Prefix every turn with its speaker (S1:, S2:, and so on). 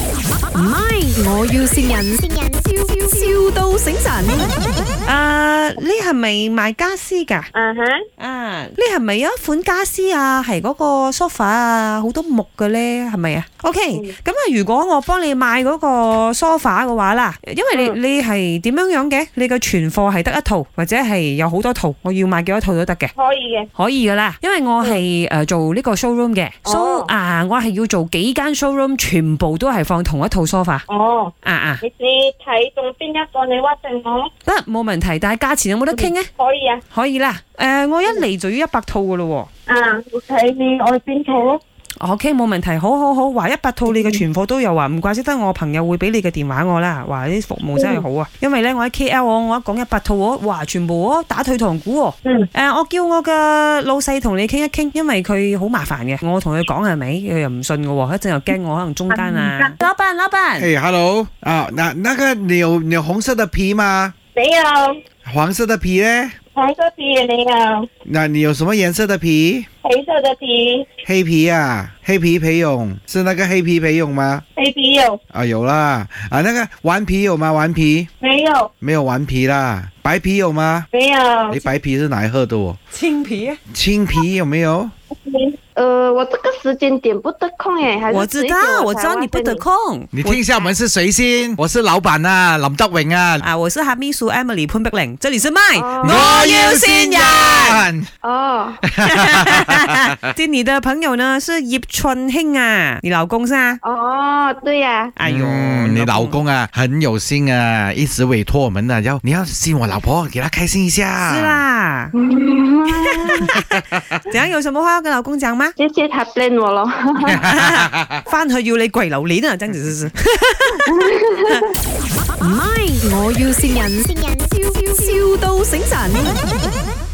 S1: 唔係，我要善人，笑笑到醒神。
S2: 啊，呢係咪賣家私㗎？
S3: 啊哈，
S2: 啊，呢係咪有一款家私啊？係嗰個 sofa 啊，好多木嘅咧，係咪啊？OK，咁啊，如果我幫你買嗰個 sofa 嘅話啦，因為你你係點樣樣嘅？你嘅存貨係得一套，或者係有好多套，我要買幾多套都得嘅。
S3: 可以嘅。
S2: 可以噶啦，因為我係誒做呢個 showroom 嘅
S3: 哦
S2: ，so 啊，我係要做幾間 showroom，全部都係放同一套 sofa
S3: 哦，
S2: 啊啊，
S3: 你你睇中邊一個，你屈定我
S2: 得冇問題，但係價錢有冇得傾咧？
S3: 可以啊。
S2: 可以啦，誒、我一嚟就要一百套噶咯
S3: 啊，我睇你愛邊套咯。
S2: 喎，OK 冇問題，好好好，話一百套你嘅存貨都有啊，唔怪之得我朋友會俾你嘅電話我啦，話啲服務真係好啊，因為咧我喺 KL 我我一講一百套我哇全部我打退堂鼓喎、
S3: 嗯
S2: 誒、我叫我嘅老細同你傾一傾，因為佢好麻煩嘅。我同佢講係咪，佢又唔信嘅喎，一陣又驚我可能中間啊。老闆，老闆，
S4: 哎，hello 啊，那那个你有你有红色的皮吗？
S3: 你又
S4: 黄色的皮呢？
S3: 睇多次你又
S4: 那你有什么颜色的皮？
S3: 睇多咗次
S4: 黑皮啊，黑皮培勇是那个黑皮培勇吗？
S3: A B U
S4: 啊，有啦，啊，那个顽皮有吗？顽皮
S3: 没有
S4: 没有顽皮啦，白皮有吗？
S3: 没有
S4: 哎，，白皮是哪一盒的哦？
S2: 青皮啊，
S4: 青皮有没有？
S5: 呃，我这个时间点不得空哎，还是
S2: 我知
S5: 直接
S2: 道，我知
S5: 打
S2: 道
S5: 完
S2: 你不
S5: 跟
S2: 得空。
S4: 你听一下我们是谁先？我是老板啊，林德荣啊，
S2: 啊，我是哈秘書 Emily 潘碧玲，这里是 My，、
S5: 哦
S2: 我要先人。
S4: 人。
S5: 哦，
S2: 见你的朋友呢是葉春興啊，你老公是啊？
S5: 哦，对呀、
S2: 哎呦，
S4: 嗯你老。公啊很有心啊，一直委托我们呢、啊要你要信我老婆，给她开心一下。
S2: 是， 啦，
S5: 嗯，
S2: 怎样有什么话要跟老公讲吗？
S5: 谢谢他 plan 我咯。
S2: 翻去要你跪榴莲啊，真子是是。
S1: 唔係，我要善人，笑笑到醒神。